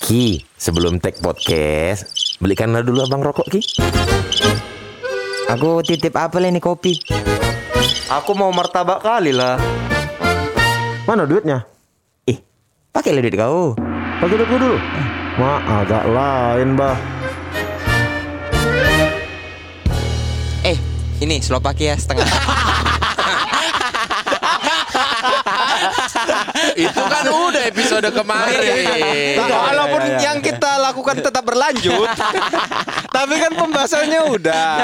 Ki, sebelum take podcast, belikanlah dulu abang rokok, Ki. Aku titip apel ini kopi. Aku mau martabak kali lah. Mana duitnya? Ih, pakai duit kau. Pakai duit gua dulu. Eh. Ma, agak lain, bah. Eh, ini Slovakia setengah. Itu kan udah episode Iya, kemarin. Nah, Walaupun iya, iya. yang kita lakukan tetap berlanjut, tapi kan pembahasannya udah.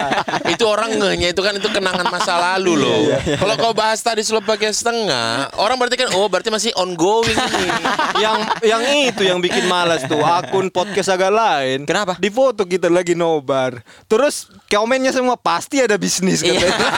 itu orang ngehnya itu kan itu kenangan masa lalu loh. Kalau kau bahas tadi Slovakia setengah, orang berarti kan oh berarti masih ongoing nih. yang yang itu yang bikin malas tuh akun podcast agak lain. Kenapa? Di foto kita lagi nobar. Terus komennya semua pasti ada bisnis Iya. katanya.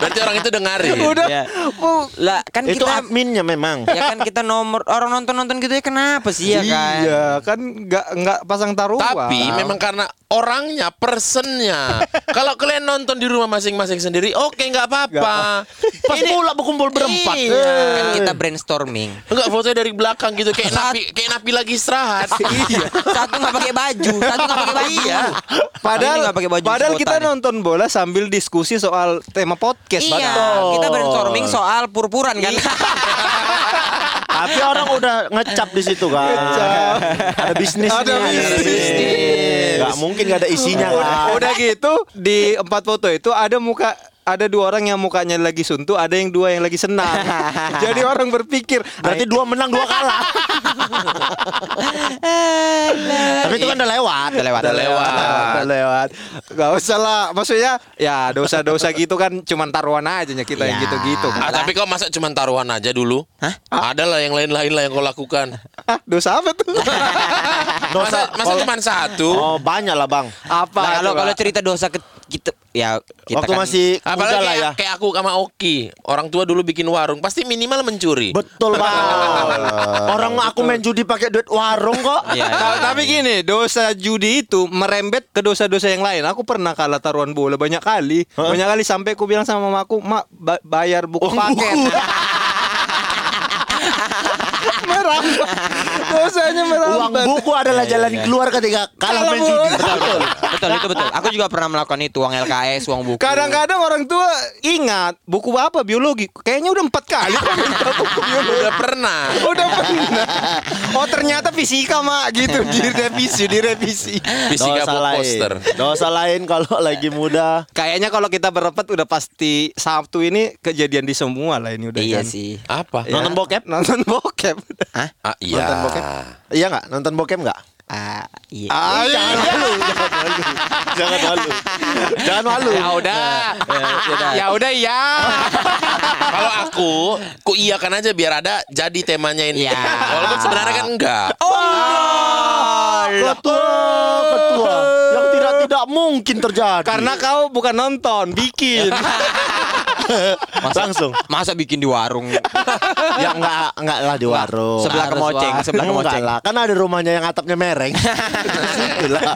Berarti orang itu dengarin. udah. Iya. Oh, Lah kan Itu kita adminnya memang. ya kan kita nomor orang nonton-nonton gitu ya kenapa sih ya kan? Iya kan nggak nggak pasang taruhan. Nah. Tapi memang karena orangnya, personnya. Kalau kalian nonton di rumah masing-masing sendiri, oke nggak apa-apa. Pas pula berkumpul berempat. Kan Eh. kita brainstorming. Enggak fotonya dari belakang gitu kayak napi kayak napi lagi istirahat. Iya. satu nggak pakai baju, satu nggak pakai baju. Ini Padahal nggak pakai baju padahal kita sedotan. nonton bola sambil diskusi soal tema podcast. Iya, Betul. Iya, kita brainstorming soal purpuran kan. Tapi orang udah ngecap di situ kan. Ada bisnis. Ada bisnis. Gak mungkin gak ada isinya Udah, kan. udah gitu di empat foto itu ada muka ada dua orang yang mukanya lagi suntuk, ada yang dua yang lagi senang. Jadi orang berpikir Berarti dua menang dua kalah. Tapi itu kan udah lewat. Udah lewat. Udah lewat. Udah lewat. Gak usah lah. Maksudnya ya dosa-dosa gitu kan cuman taruhan aja ya kita yang Ya. gitu-gitu. Ah, tapi kau masa cuma taruhan aja dulu? Hah? Ada lah yang lain-lain lah yang kau lakukan. Ah, dosa apa tuh? Masa, Dosa- masa cuma satu? Oh banyak lah bang. apa? Nah, kalau coba? kalau cerita dosa ke, kita ya kita Waktu kan- masih muda Apalagi lah kayak, ya. kayak aku sama Oki, orang tua dulu bikin warung, pasti minimal mencuri. Betul bang. Orang aku main judi pakai duit warung kok. Iya. Eh, Ta- tapi gini, dosa judi itu merembet ke dosa-dosa yang lain. Aku pernah kalah taruhan bola banyak kali. Banyak kali sampai aku bilang sama mamaku, "Mak, ba- bayar Oh, buku paket." merambat. Dosanya Uang merambat. buku Iya, adalah jalan keluar ketika kalah main judi. gitu. betul, betul itu betul. Aku juga pernah melakukan itu uang LKS, uang buku. Kadang-kadang orang tua ingat buku apa biologi. Kayaknya udah empat kali aku minta buku biologi. Udah pernah. Udah pernah. Oh ternyata fisika mak gitu direvisi direvisi. Fisika Dosa lain. poster. Dosa lain kalau lagi muda. Kayaknya kalau kita berempat udah pasti Sabtu ini kejadian di semua lah ini udah kan. Iya sih. Apa? Ya. Nonton bokep? Nonton bokep. Ah, iya. Nonton bokep? Iya nggak? Nonton bokep nggak? Ah, iya. Ah, iya. Jangan malu. Jangan malu. Ya udah. iya. Ya udah ya. Kalau aku, ku iakan aja biar ada jadi temanya ini. Iya. Oh, Walaupun sebenarnya kan enggak. Ketua, ketua. Yang tidak tidak mungkin terjadi. Karena kau bukan nonton, bikin. langsung. Masa bikin di warung? Ya enggak enggak lah di Oh. warung. Sebelah Harus kemoceng, warung. sebelah Enggak kemoceng. lah, kan ada rumahnya yang atapnya mereng. Itulah.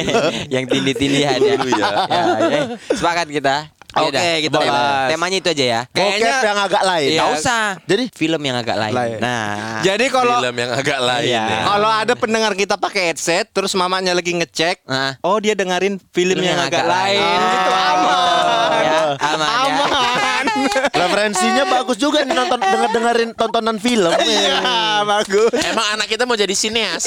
yang tindih-tindihan ya. ya. ya. Sepakat kita. Ya Oke, udah, kita tema- bahas. Temanya itu aja ya. Bokep Kayaknya- yang agak lain. Nggak usah. Jadi? film yang agak lain. Lain. Nah. Jadi kalau Film yang agak lain. Iya. ya. kalau ada pendengar kita pakai headset terus mamanya lagi ngecek, Ah. oh dia dengerin film, yang, agak, lain. Gitu aman. Oh. Ya, aman, ya. Aman. Referensinya bagus juga nih nonton denger dengerin tontonan film. Iya, bagus. Emang anak kita mau jadi sineas?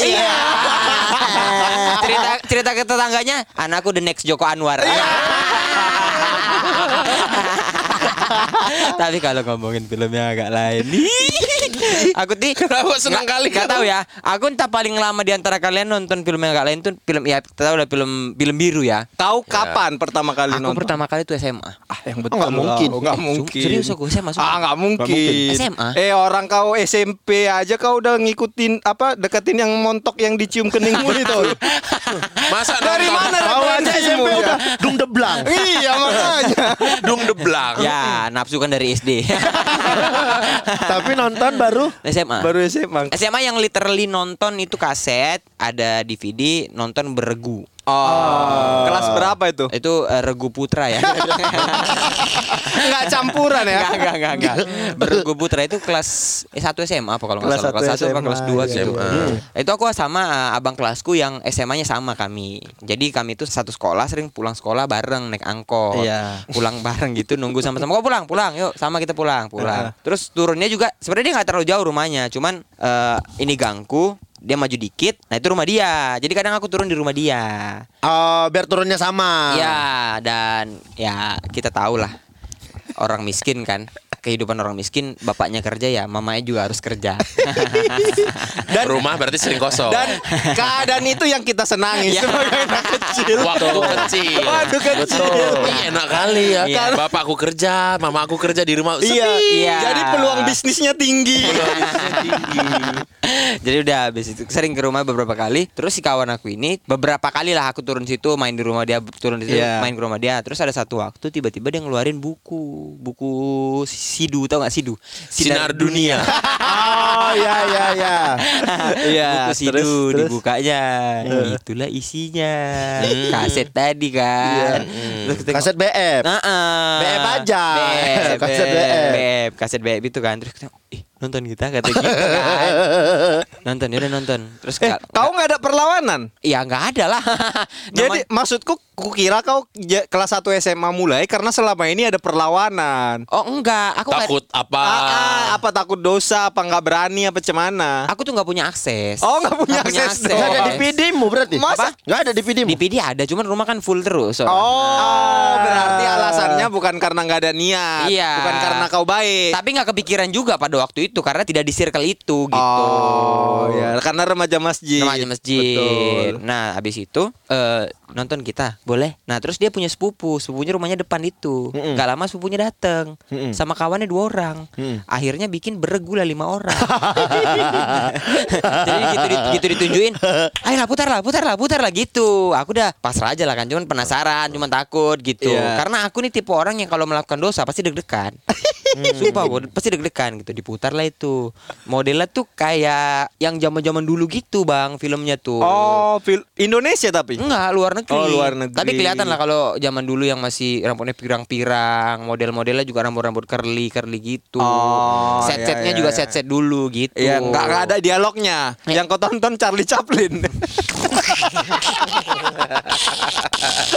cerita cerita ke tetangganya, anakku the next Joko Anwar. Iya. Tapi kalau ngomongin film yang agak lain, aku ti Kenapa senang kali Gak tahu ya. Aku entah paling lama di antara kalian nonton film yang agak lain tuh film ya tahu lah film film biru ya. Tahu kapan pertama kali Aku nonton? pertama kali tuh SMA. Ah, yang betul. Nggak mungkin. lah. Nggak Eh, mungkin. serius aku, saya masuk. Ah, nggak mungkin. mungkin. SMA? Eh, orang kau SMP aja kau udah ngikutin apa deketin yang montok yang dicium keningmu itu. Masa Dari mana Kawan SMP referensimu? udah dung deblang. Iya makanya. Dung deblak. Ya, nafsu kan dari SD. Tapi nonton baru SMA. Baru SMA. SMA yang literally nonton itu kaset, ada DVD, nonton beregu. Oh. Kelas berapa itu? Itu eh, Regu Putra ya. Enggak campuran ya. Enggak, enggak, enggak, enggak. Regu Putra itu kelas eh, 1 SMA apa kalau Kelas enggak salah. Kelas satu 1 apa kelas SMA, iya, 2 gitu. SMA. Itu aku sama eh, abang kelasku yang SMA-nya sama kami. Jadi kami itu satu sekolah sering pulang sekolah bareng naik angkot. Iya. Pulang bareng gitu nunggu sama-sama. Kok pulang? Pulang. Yuk, sama kita pulang, pulang. Terus turunnya juga sebenarnya dia nggak terlalu jauh rumahnya, cuman eh, ini gangku dia maju dikit, nah itu rumah dia. Jadi kadang aku turun di rumah dia. Eh, biar turunnya sama. Iya. Ya dan ya kita tahu lah orang miskin kan kehidupan orang miskin bapaknya kerja ya mamanya juga harus kerja rumah berarti sering kosong. Dan keadaan itu yang kita senangi Iya. sebagai anak kecil. waktu kecil. Waktu kecil. Betul. Iya, enak kali ya. Iya. Bapakku kerja, mamaku kerja di rumah. Iya. Iya. Jadi peluang bisnisnya tinggi. jadi udah habis itu sering ke rumah beberapa kali terus si kawan aku ini beberapa kali lah aku turun situ main di rumah dia turun di situ Iya. main ke rumah dia terus ada satu waktu tiba-tiba dia ngeluarin buku buku sidu tau nggak sidu Sinar dunia. Oh ya ya ya. Iya, buku sidu terus, terus. dibukanya. Itulah isinya. Kaset tadi kan. Terus kita Kaset BF. Nah, ah. BF aja. BF, Kaset BF. BF. BF, E kaset BF itu kan. Terus kita ih, nonton kita kata gitu Eh, kan. nonton, ya udah nonton. Terus Eh, nggak- kau nggak ada perlawanan. Iya, nggak ada lah. Jadi maksudku kukira kau ja- kelas 1 SMA mulai karena selama ini ada perlawanan. oh enggak, aku nggak- Takut apa? Ah, ah, apa takut dosa, apa nggak berani, apa cemana? Aku tuh nggak punya akses. Oh, nggak punya akses Enggak ada doang. Nggak DVD mu berarti. Masa? Enggak ada DVD mu. DVD ada, cuman rumah kan full terus. soalnya. Oh, berarti alasannya bukan karena nggak ada niat, Iya. bukan karena kau baik. Tapi nggak kepikiran juga pada waktu itu karena tidak di circle itu gitu. Oh, ya karena remaja masjid. Remaja masjid. Betul. Nah, habis itu eh, nonton kita, boleh. Nah, terus dia punya sepupu, sepupunya rumahnya depan itu. nggak lama sepupunya dateng sama kawannya dua orang. Mm. Akhirnya bikin beregu lah lima orang. Jadi gitu, di- gitu ditunjukin, ayolah putar lah, putar lah, putar lah gitu. Aku udah pasrah aja lah kan, cuman penasaran, cuman takut gitu. Iya. Karena aku nih tipe orang yang kalau melakukan dosa pasti deg-degan. Hmm. Sumpah gue pasti deg-degan gitu diputar lah itu. Modelnya tuh kayak yang zaman-zaman dulu gitu, Bang, filmnya tuh. Oh, fil- Indonesia tapi. Enggak, luar negeri. Oh, luar negeri. Tapi kelihatan lah kalau zaman dulu yang masih rambutnya pirang-pirang, model-modelnya juga rambut-rambut curly, curly gitu. Oh, iya, set-setnya iya, juga iya. set-set dulu gitu. Ya, nggak nggak ada dialognya. Yang kau tonton Charlie Chaplin.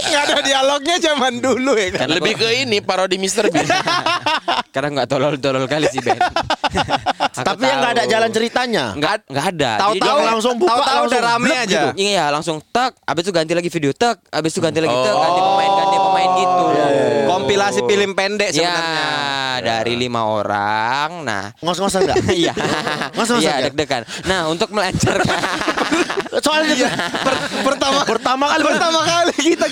Nggak ada dialognya zaman dulu ya kan. Lebih ke ini parodi Mr. Bean. Karena nggak tolol-tolol kali sih Ben. Tapi yang enggak ada jalan ceritanya. Enggak, enggak ada. Jadi Tahu-tahu dia- langsung buka, Tahu-tahu udah langsung rame blek gitu? aja. Oh. Iya ya langsung tek, abis itu ganti lagi video tek, abis itu ganti lagi tek, Oh. ganti pemain, ganti pemain gitu. Iya, Kompilasi film pendek Ya, sebenarnya. dari Iya. lima orang. Nah, Ngos-ngosan enggak? iya. Masa-masa Iya, ya? deg-degan. Nah, untuk melancarkan Soalnya Iya. Per- pertama pertama kali pertama kali kita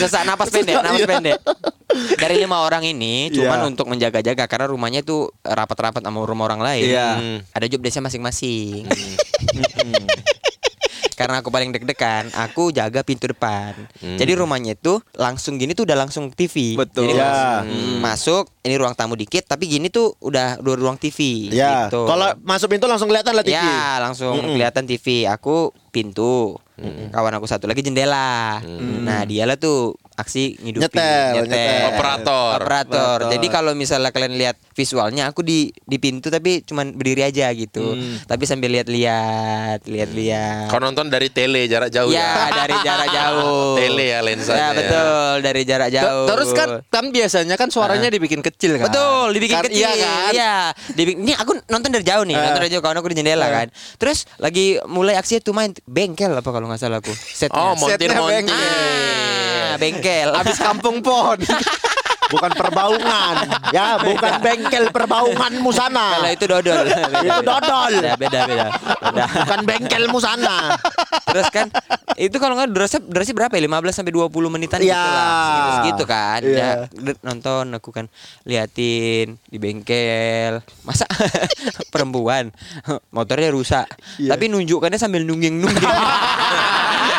sesak napas pendek, napas pendek. Dari lima orang ini cuman Iya. untuk menjaga-jaga karena rumahnya itu rapat-rapat sama rumah orang lain. Iya. Hmm. Ada job desknya masing-masing. Karena aku paling deg-degan, aku jaga pintu depan. Jadi rumahnya itu langsung gini tuh udah langsung TV. Betul. Jadi Iya. mas- hmm, masuk, ini ruang tamu dikit, tapi gini tuh udah dua ruang TV. Ya, gitu. kalau masuk pintu langsung kelihatan lah TV. Ya langsung kelihatan TV Aku pintu Kawan aku satu lagi jendela Nah dialah tuh aksi ngidupin Nyetel, nyetel. Operator. Operator. Jadi kalau misalnya kalian lihat visualnya Aku di di pintu tapi cuman berdiri aja gitu Mm. Tapi sambil lihat-lihat Lihat-lihat Kau nonton dari tele jarak jauh Iya, Ya ya. dari jarak jauh Tele ya lensanya Ya ya. betul dari jarak jauh terus kan kan biasanya kan suaranya dibikin kecil kan Betul, dibikin Kan- kecil. iya kan Iya. Dibikin, ini aku nonton dari jauh nih, nonton dari jauh kawan aku di jendela kan. Terus lagi mulai aksi itu main bengkel apa kalau nggak salah aku. Setnya. Oh, montir Setnya montir. bengkel. ah, bengkel. habis kampung pon Bukan perbaungan. ya, bukan bengkel perbaunganmu sana. Iya. Kalau itu dodol. Itu dodol. Beda beda beda. beda. Bukan bengkelmu sana. Terus kan itu kalau nggak durasi durasi berapa ya? 15 sampai 20 menitan Iya. gitu lah. Segitu, segitu kan. Iya. Nah, d- nonton aku kan liatin di bengkel. Masa perempuan motornya rusak. Tapi nunjukkannya sambil nungging-nungging.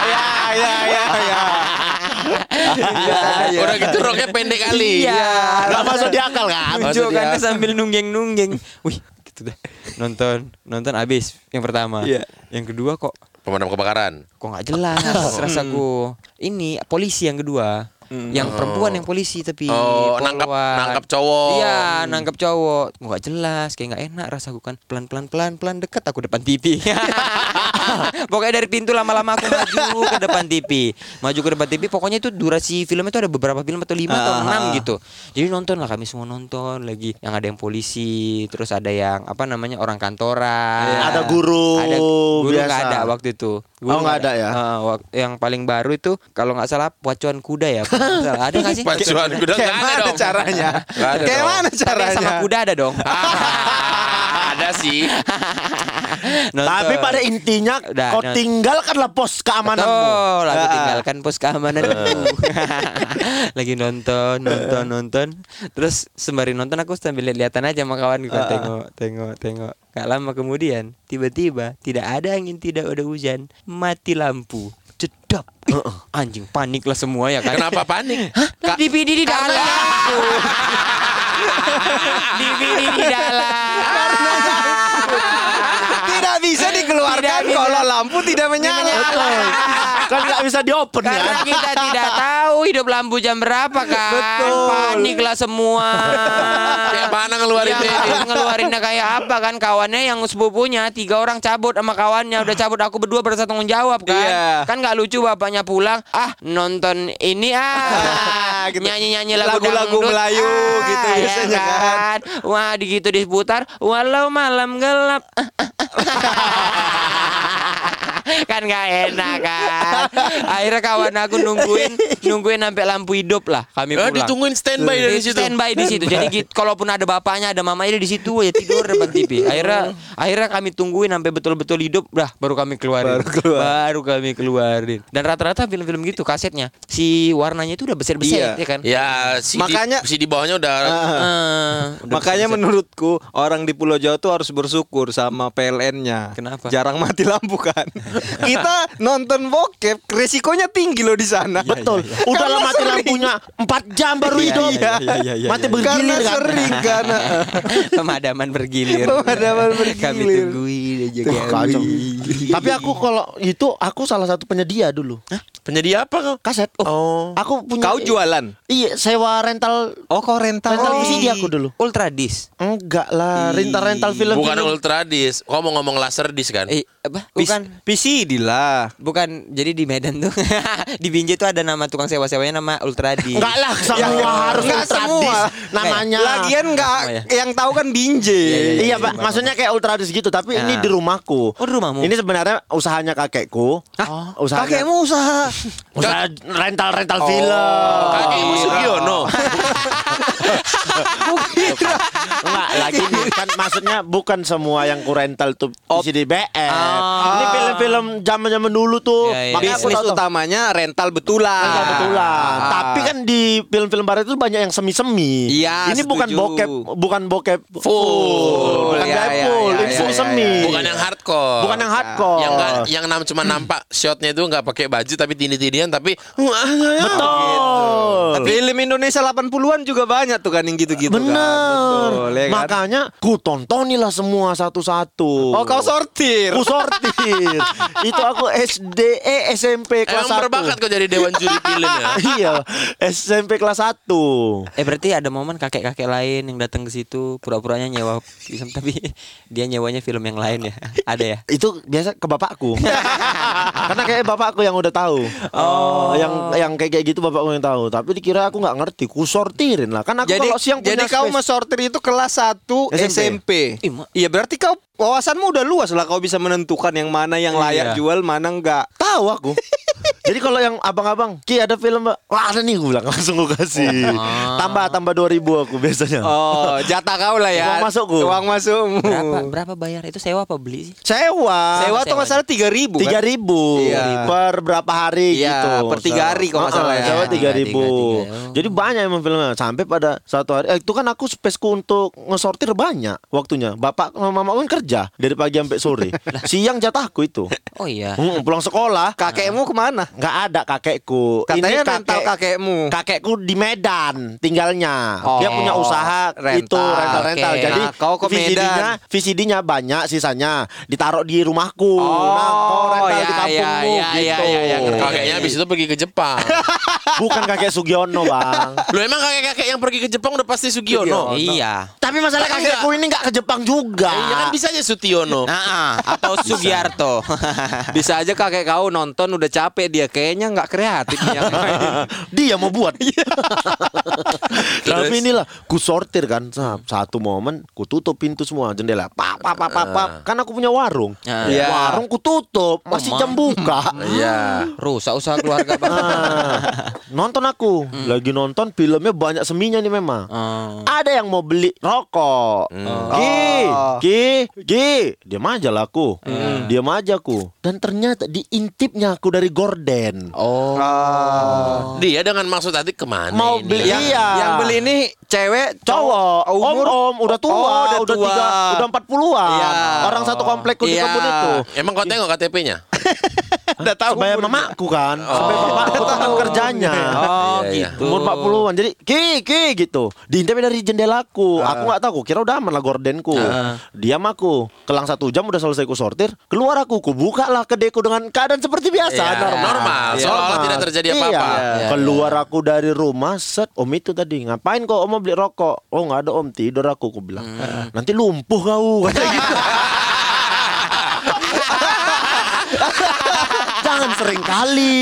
ya ya ya ya Ah, Udah iya. udah gitu roknya pendek kali. Iya. Enggak masuk di akal kan? Nunjukkannya sambil nungging-nungging. Wih, gitu deh. Nonton, nonton abis yang pertama. Iya. Yang kedua kok Pemadam kebakaran. kok nggak jelas Hmm. rasaku. Ini polisi yang kedua. Yang perempuan yang polisi tapi Oh, nangkap polwan. nangkap cowok. Iya, nangkep cowok. Kok nggak jelas, kayak nggak enak rasaku kan. Pelan-pelan pelan-pelan deket aku depan TV. pokoknya dari pintu lama-lama aku maju ke depan TV. Maju ke depan TV, pokoknya itu durasi filmnya itu ada beberapa film atau lima atau Ah. enam gitu. Jadi nonton lah kami semua nonton lagi. Yang ada yang polisi, terus ada yang apa namanya orang kantoran. Ada guru Ada guru nggak biasa. ada waktu itu. Guru Oh, nggak nggak ada ya? Eh, wak- yang paling baru itu kalau nggak salah pacuan kuda ya. Kalau nggak salah. ada nggak sih? Pacuan kuda Iya. nggak Kayak ada mana dong. caranya? Nggak ada Kayak dong. mana Tapi yang caranya? sama kuda ada dong. Ah, ada sih. Nonton. Tapi pada intinya Udah, kau udah. tinggalkanlah pos keamananmu. Betul, aku Ah. Eh. tinggalkan pos keamanan Lagi nonton, nonton, nonton Terus sembari nonton aku sambil lihat-lihatan aja sama kawan Ah, Gua Tengok, tengok, tengok Gak lama kemudian, tiba-tiba tidak ada angin, tidak ada hujan Mati lampu Jedap Ih, Anjing, panik lah semua ya kan Kenapa panik? Lah, DVD di dalam DVD di dalam Tidak bisa dikeluarkan Tidak bisa. kalau lampu tidak menyala. Betul. kan nggak bisa diopen ya. Karena kita tidak tahu hidup lampu jam berapa kan. Betul. Paniklah semua. Kayak mana Iya. ngeluarin Yang ini? Iya, ngeluarinnya kayak apa kan kawannya yang sepupunya tiga orang cabut sama kawannya udah cabut aku berdua berasa tanggung jawab kan Iya. kan nggak lucu bapaknya pulang ah nonton ini ah Gitu. nyanyi nyanyi lagu Lagu-lagu dangdut, Melayu ah, gitu ya biasanya kan. kan wah digitu diputar walau malam gelap kan nggak enak kan akhirnya kawan aku nungguin nungguin sampai lampu hidup lah Eh, kami pulang ditungguin standby dari situ. standby di situ jadi gitu, kalaupun ada bapaknya ada mamanya di situ ya tidur depan TV akhirnya akhirnya kami tungguin sampai betul-betul hidup dah baru kami keluarin baru, kami keluarin dan rata-rata film-film gitu kasetnya si warnanya itu udah besar-besar Iya. ya kan Ya, si Makanya- di, si di bawahnya udah Ah. Ah. Eh, udah Makanya besar-besar. menurutku orang di Pulau Jawa tuh harus bersyukur sama PLN-nya. Kenapa? Jarang mati lampu kan. Kita nonton bokep resikonya tinggi loh di sana. Ya, Betul. Udah Karena lama mati sering. lampunya 4 jam baru Iya, hidup. iya, iya, iya, iya. Mati Karena bergilir kan. sering karena pemadaman bergilir Pemadaman bergilir. kami tungguin aja kami. Tapi aku kalau itu aku salah satu penyedia dulu. penyedia apa kau? Kaset. Oh. Aku punya kau jualan. Iya, sewa rental Oh, kau rental. rental Oh. VCD aku dulu. ultra disc Enggak lah, rental rental film. Bukan film. ultradis. Kau mau ngomong laser dis kan? eh apa Bis- bukan PCD lah. Bukan, jadi di Medan tuh di Binjai tuh ada nama tukang sewa-sewanya nama Ultradi. Enggak lah, semua Iya. harus Ya, enggak ultra semua. disc namanya. Lagian nggak Oh, iya. yang tahu kan Binje. Iya pak, maksudnya kayak ultra disc gitu, tapi ini Nah. di rumahku. Oh, di rumahmu. Ini sebenarnya usahanya kakekku. Hah? Usahanya, Kakekmu usaha. Oh. Usaha rental rental film. Kakekmu Sugiono. Enggak lagi nih kan maksudnya bukan semua yang kurental tuh VCD BR. Ini film-film zaman-zaman dulu tuh. Iya, iya. Makanya aku Ah. Bisnis tahu tuh. utamanya Ah, rental betulan. Ah, Rental betulan. Tapi kan di film-film barat itu banyak yang semi-semi. Iya, Ini bukan setuju. bokep, bukan bokep full, bukan Iya, iya, full, iya, ini iya, full iya, semi. iya. Bukan yang hardcore. bukan yang hardcore. yang ya, nggak- yang nam cuma nampak shotnya itu nggak pakai baju tapi tindih-tindihan tapi ya? gitu. Betul. Film Indonesia 80-an juga banyak tuh kan yang gitu-gitu kan. Bener. Betul, ya kan? Makanya ku tontonilah semua satu-satu. Oh kau sortir. Ku sortir. itu aku SD, eh SMP kelas emang 1. berbakat kau jadi dewan juri film ya iya, SMP kelas 1. Eh berarti ada momen kakek-kakek lain yang datang ke situ pura-puranya nyewa film tapi dia nyewanya film yang lain ya. Ada ya? Itu biasa ke bapakku. Karena kayak bapakku yang udah tahu. Oh, yang yang kayak kayak gitu bapakku yang tahu. Tapi dikira aku nggak ngerti, ku sortirin lah. Kan aku jadi kalau siang jadi punya kau space. mesortir itu kelas 1 SMP. SMP. Ih, Ma. Iya berarti kau wawasanmu udah luas lah kau bisa menentukan yang mana yang layak Iya. jual, mana enggak. tahu aku. Jadi kalau yang abang-abang, Ki ada film, Mbak?" wah ada nih gue bilang langsung gue kasih. Tambah tambah 2000 aku biasanya. Oh, jatah kau lah ya. Uang masukku. Uang masukmu. Berapa berapa bayar? Itu sewa apa beli sih? Sewa. Sewa Sewa tuh sewa. masalah 3000 tiga kan? ribu Iya. per berapa hari Iya, gitu per tiga hari kalau nggak salah ya. Jawa tiga Tiga, ribu tiga, tiga. jadi banyak emang filmnya sampai pada satu hari eh, itu kan aku spesku untuk ngesortir banyak waktunya bapak sama mama kan kerja dari pagi sampai sore siang jatahku itu Oh iya. Hmm, pulang sekolah Kakekmu kemana? nggak ada kakekku. Katanya rental kakekmu. Kakekku di Medan tinggalnya. Dia Oh, punya usaha rental. itu rental-rental. Oke. Jadi Nah, kau ke VCD-nya, VCD-nya banyak sisanya ditaruh di rumahku. nah, kau rental di Oh, ya, kampungmu ya, ya, gitu. ya, ya, ngerti. Kakeknya habis itu pergi ke Jepang. Bukan kakek Sugiono, Bang. Lu emang kakek-kakek yang pergi ke Jepang udah pasti Oh, Sugiono. Iya. Tapi masalah Tapi kakekku ini nggak ke Jepang juga. Eh, Iya kan bisa aja Sutiono. Nah, ah, atau Sugiarto. Bisa aja kakek kau nonton udah capek dia kayaknya nggak kreatif nih yang lain. dia mau buat. Iya. Tapi inilah, ku sortir kan sa- satu momen, ku tutup pintu semua jendela. Pap, pap, pap, pap, Ah. pap. Kan aku punya warung. Ah. Iya. Warung ku tutup, masih jam buka. Iya. Rusak usaha keluarga Bang. Ah, nonton aku Hmm. lagi nonton filmnya banyak seminya nih memang ada yang mau beli rokok Hmm. ki Oh. ki ki diam aja lah aku Hmm. diam aja aku dan ternyata diintipnya aku dari gorden Oh. Dia dengan maksud tadi kemana Oh. mau ini? beli Ya, iya Yang beli ini cewek cowok om umur om udah tua Oh, udah udah, tua. tiga udah empat puluhan Iya. orang satu komplekku di Iya. kebun itu Ah, Emang kau tengok KTP-nya? udah tahu sebaya mamaku kan Oh. sampai bapakku teman kerjanya Oh, Iya, iya. gitu. Umur 40-an Jadi ki ki gitu Diintipin dari jendelaku Ah. Aku nggak tahu Kira udah aman lah gordenku Diam aku Kelang satu jam udah selesai ku sortir Keluar aku Ku buka lah kedeku dengan keadaan seperti biasa Iya, normal. Seolah-olah tidak terjadi apa-apa. Iya. Keluar aku dari rumah Set om itu tadi Ngapain kok om mau beli rokok Oh nggak ada om tidur aku Ku bilang Hmm. "Ah, Nanti lumpuh kau Kata gitu. Jangan sering kali.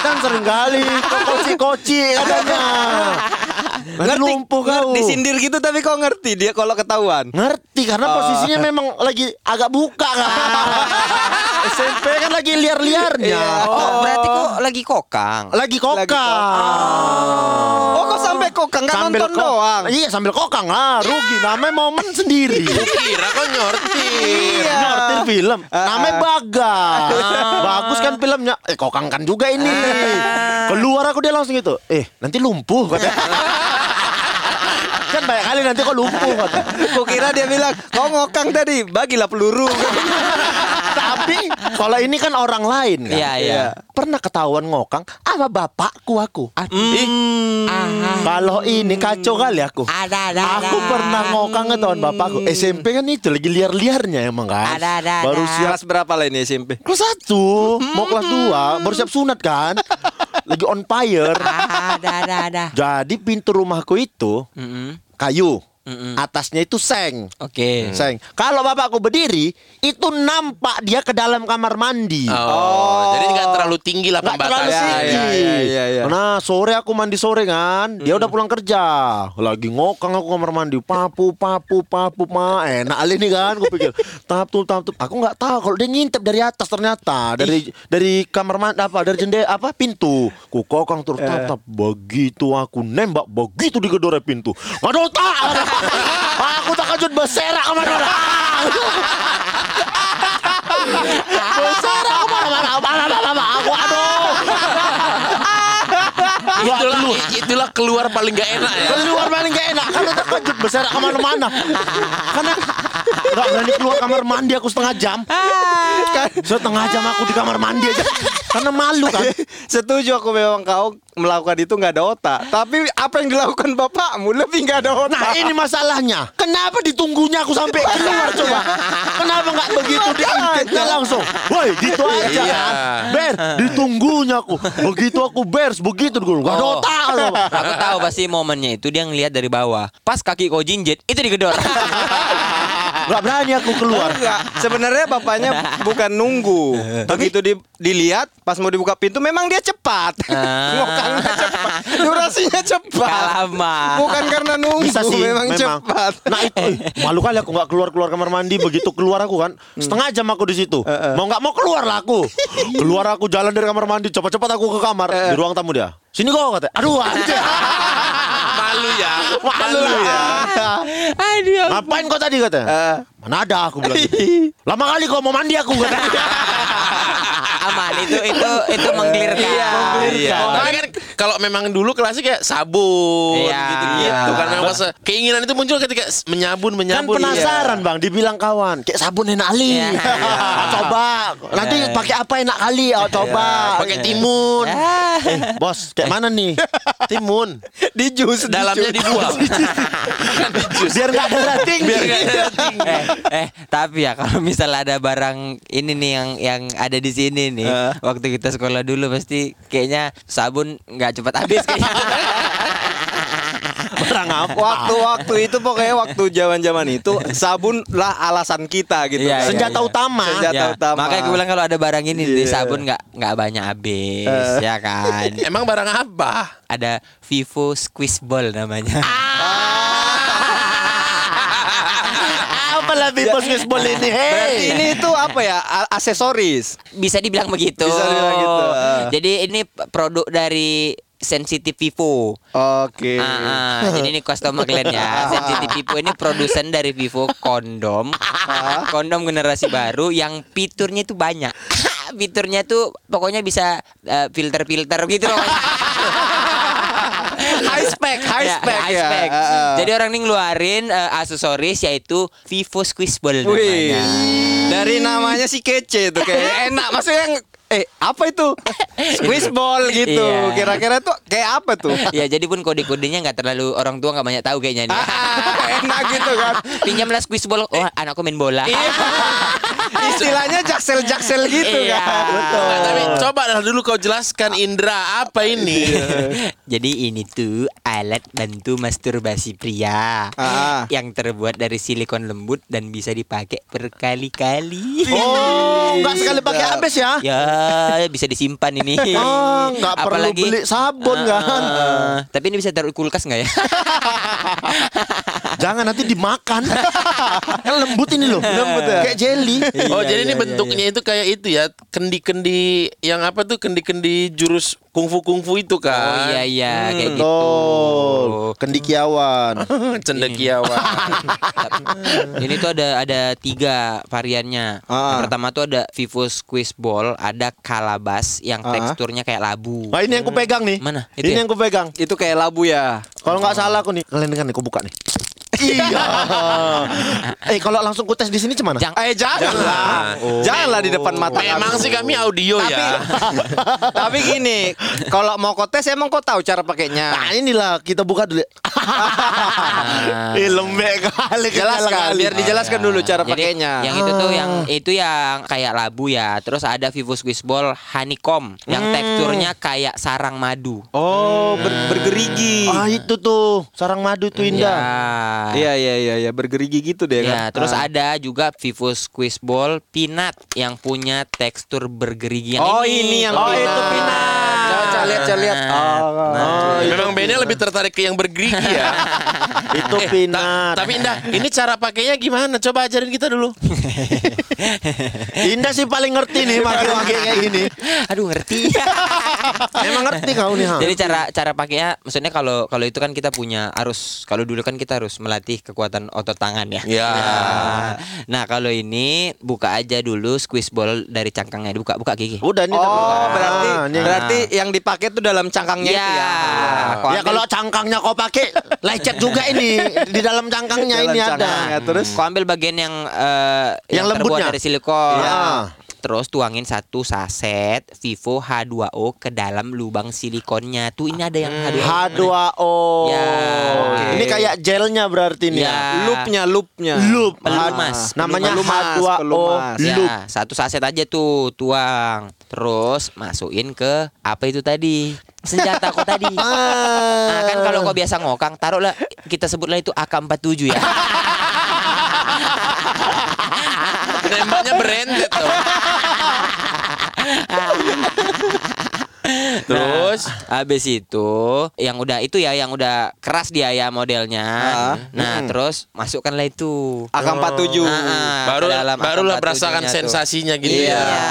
Jangan Kan sering kali. Koci-koci katanya. Nanti Ngerti- lumpuh nger- kau. Disindir gitu tapi kau ngerti dia kalau ketahuan. Ngerti karena Oh. posisinya memang lagi agak buka kan. SMP kan lagi liar-liarnya. Iya. Oh, berarti kok lagi kokang. Lagi kokang. Oh, kok sampai kok enggak Sambil nonton kok- doang. Iya. Iya sambil kokang lah Rugi namanya momen sendiri Kira kau nyortir. Iya. Nyortir film. Namanya Bagas. Ah. Bagus kan filmnya. Eh kokang kan juga ini. Ah. Keluar aku dia langsung gitu. Eh nanti lumpuh katanya. kan banyak kali nanti kok lumpuh katanya. Kau kira dia bilang kau ngokang tadi bagilah peluru. Tapi kalau ini kan orang lain kan. Iya, iya. Pernah ketahuan ngokang sama bapakku aku. Ah, Hmm. Kalau ini kacau kali aku. Hmm. Ada, ada, Aku ada. Hmm. pernah ngokang ketahuan bapakku. SMP kan itu lagi liar-liarnya emang kan. Ada, ada, Baru ada. siap Kelas berapa lah ini SMP? Kelas satu Mau kelas dua Baru siap sunat kan Lagi on fire Ada, ada, ada. Jadi pintu rumahku itu Kayu Atasnya itu seng Oke. Seng Kalau bapakku berdiri Itu nampak dia ke dalam kamar mandi Oh, jadi nggak terlalu tinggi lah Nggak terlalu pembatasnya. Iya, tinggi. Ya, ya, ya, ya. Nah sore aku mandi sore kan, dia udah pulang kerja, lagi ngokang aku kamar mandi, papu papu papu ma, enak ali nih kan, gue pikir tap tup tap tup. Aku nggak tahu kalau dia ngintip dari atas ternyata dari dari kamar mandi apa dari jendela apa pintu, ku kokang terus Eh. tap tap. Begitu aku nembak, begitu digedore pintu, nggak ada otak. aku takut berserak kemana-mana. Berserak kemana-mana, kemana-mana, aku aduh. Itulah, itulah keluar paling gak enak Iya. ya. Keluar paling gak enak Kan Karena terkejut besar kemana-mana Karena Gak berani keluar kamar mandi aku setengah jam Setengah jam aku di kamar mandi aja Karena malu kan Setuju aku memang kau melakukan itu nggak ada otak. Tapi apa yang dilakukan bapakmu lebih nggak ada otak. Nah ini masalahnya Kenapa ditunggunya aku sampai keluar coba Kenapa gak begitu diintipnya langsung Woi gitu aja Iya. kan Ber ditunggunya aku Begitu aku bers begitu dulu Gak ada Oh. otak Aku tahu pasti momennya itu dia ngelihat dari bawah. Pas kaki kau jinjit, itu digedor. Gak berani aku keluar Enggak, sebenarnya bapaknya bukan nunggu. Begitu di- dilihat pas mau dibuka pintu memang dia cepat. Ah. Ngokangnya cepat. Durasinya cepat. Nggak lama. Bukan karena nunggu, Bisa sih memang, cepat. Nah itu eh, malu kali aku nggak keluar keluar kamar mandi begitu keluar aku kan setengah jam aku di situ mau nggak mau keluar lah aku keluar aku jalan dari kamar mandi cepat-cepat aku ke kamar di ruang tamu dia sini kau katanya aduh anjir Malu ya. malu ya Aduh. ngapain kau tadi katanya Eh. mana ada aku bilang gitu. lama kali kau mau mandi aku katanya aman itu itu itu menggelirkan. Iya. Tapi kan kalau memang dulu klasik ya sabun Iya. gitu-gitu kan memang se- keinginan itu muncul ketika s- menyabun Kan menyabun. penasaran bang, dibilang kawan, kayak sabun enak kali. Iya. Ah, coba, nanti pakai apa enak kali? Oh, coba. Iya. Pakai timun. Ya. Eh, bos, kayak mana nih? Timun. di jus di Dalamnya jus. dibuang. Biar nggak ada rating. Biar nggak ada rating. eh, eh, tapi ya kalau misalnya ada barang ini nih yang yang ada di sini nih, waktu kita sekolah dulu pasti kayaknya sabun nggak cepat habis kayaknya. Barang apa? Waktu-waktu itu pokoknya waktu zaman-zaman itu sabun lah alasan kita gitu. Iya, iya, Senjata iya. utama. Senjata- Ya, utama. Makanya gue bilang kalau ada barang ini di Iya. sabun nggak nggak banyak habis, ya kan. Emang barang apa? Ada Vivo Squeeze Ball namanya. apa lah bos baseball ini? Hei. Berarti ini itu apa ya? a- Aksesoris. Bisa dibilang begitu. Bisa dibilang gitu, ah. Jadi ini p- produk dari Sensitive Vivo. Oke. Ah, ah. jadi ini customer kalian ya. Sensitive Vivo ini produsen dari Vivo kondom. Ah. Kondom generasi baru yang fiturnya itu banyak. fiturnya tuh pokoknya bisa eh, filter-filter gitu loh. High spec, high Ya, spec high ya. spec. Ah, ah. Jadi orang ini ngeluarin eh, aksesoris yaitu Vivo Squeezable Wih. namanya. Dari namanya sih kece tuh kayak enak maksudnya yang eh apa itu? Squeeze ball gitu. Iya. Kira-kira tuh kayak apa tuh? ya jadi pun kode-kodenya nggak terlalu orang tua nggak banyak tahu kayaknya nih. Ah, enak gitu kan. Pinjamlah squeezable. Oh, anakku main bola. Iya. Istilahnya jaksel-jaksel gitu Iya. kan. Nah, tapi coba dah dulu kau jelaskan Indra apa ini? Iya. Jadi ini tuh alat bantu masturbasi pria Ah. yang terbuat dari silikon lembut dan bisa dipakai berkali-kali. Oh, nggak sekali pakai habis ya? Ya, bisa disimpan ini. Oh, nggak perlu Apalagi- beli sabun, Ah, kan? Ah. ah. tapi ini bisa taruh di kulkas nggak ya? Jangan nanti dimakan. kan lembut ini loh. Lembut ya. Kayak jelly. Oh Iya, jadi ini bentuknya itu kayak itu ya kendi-kendi yang apa tuh kendi-kendi jurus kungfu kungfu itu oh kan? iya iya kayak Hmm, gitu. Betul. Oh, Kendikiawan. Cendekiawan. Ini tuh ada ada tiga variannya. Yang Ah. pertama tuh ada Vivo Squeeze Ball, ada Kalabas yang Ah. teksturnya kayak labu. Nah, ini yang kupegang nih. Mana? Itu Ini ya? yang kupegang. Itu kayak labu ya. Kalau nggak salah aku nih, kalian kan nih, aku buka nih. iya. eh kalau langsung ku tes di sini cuman? Jangan. Eh jangan lah. Jangan lah di depan mata Memang kami. sih kami audio ya. Tapi gini, kalau mau kau tes emang kau tahu cara Nah pakainya. inilah kita buka dulu. Ih lembek kali. kan? Jelaskan, biar dijelaskan dulu cara Jadi, pakainya. Ah. Yang itu tuh yang itu yang kayak labu ya. Terus ada Vivo Squeeze Ball Honeycomb yang Hmm. teksturnya kayak sarang madu. Oh, ber- bergerigi. Ah itu tuh sarang madu Iya. tuh indah. Ya. Iya iya iya iya bergerigi gitu deh kan. Ya, terus ada juga Vivo Squeeze Ball Peanut yang punya tekstur bergerigi yang Oh, ini yang Oh, itu pinat. Coba coba lihat coba lihat. Nah, Oh, Memang bandnya lebih tertarik ke yang bergerigi ya. itu Eh, ta- pinat. tapi Indah, ini cara pakainya gimana? Coba ajarin kita dulu. Indah sih paling ngerti nih pakai kayak gini. Aduh ngerti. Emang ngerti kau nih? Ha? Jadi cara cara pakainya maksudnya kalau kalau itu kan kita punya harus kalau dulu kan kita harus melatih kekuatan otot tangan ya. Ya. Iya. Nah, nah, kalau ini buka aja dulu squeeze ball dari cangkangnya dibuka buka gigi. Udah ini Oh, berarti ini. berarti yang dipakai tuh dalam cangkangnya itu ya. Ya. Kau Ya ambil kalau cangkangnya kau pakai lecet juga ini di dalam cangkangnya dalam ini cangkangnya, ada. Terus Kau ambil bagian yang eh, ya, Yang lembutnya? terbuat dari silikon. Iya. Terus tuangin satu saset Vivo H2O ke dalam lubang silikonnya. Tuh ini ada yang H2O. H2O. Ya. Oke. Ini kayak gelnya berarti nih. Ya. ya. Ah. loopnya loopnya. Loop. Pelumas. Ah, Namanya Pelumas, H2O. pelumas. Ya, Loop. satu saset aja tuh tuang. Terus masukin ke apa itu tadi? Senjata kau tadi. Ah. Nah, kan kalau kau biasa ngokang, taruhlah kita sebutlah itu AK47 ya. Nembaknya branded tuh. Terus Habis itu yang udah itu ya yang udah keras dia ya modelnya. Ah. Hmm. Nah, terus masukkanlah itu. AK47. Ah, ah, baru ke dalam barulah AK47-nya merasakan tuh. sensasinya gitu Iya. ya.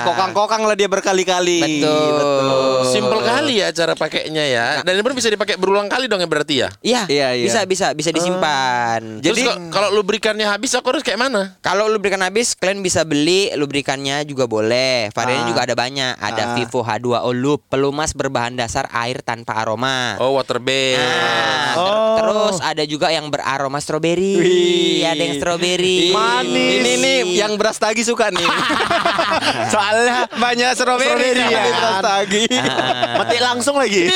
Dikokang-kokang lah dia berkali-kali. Betul. Simpel kali ya cara pakainya ya. Nah. Dan ini pun bisa dipakai berulang kali dong ya berarti ya. Iya, Iya, iya. bisa bisa bisa disimpan. Jadi Jadi kalau lubrikannya habis aku harus kayak mana? kalau lubrikan habis, kalian bisa beli lubrikannya juga boleh. Variannya juga ada banyak. Ada Ah. Vivo H2O Loop, pelumas berbahan dasar air tanpa aroma. Oh water bed. Ah. Nah, ter- Oh. terus ada juga yang beraroma stroberi. Wih. Ada yang stroberi. Manis. Ini nih yang beras tagi suka nih. Soalnya banyak strawberry ya. Beras tagi. Mati langsung lagi.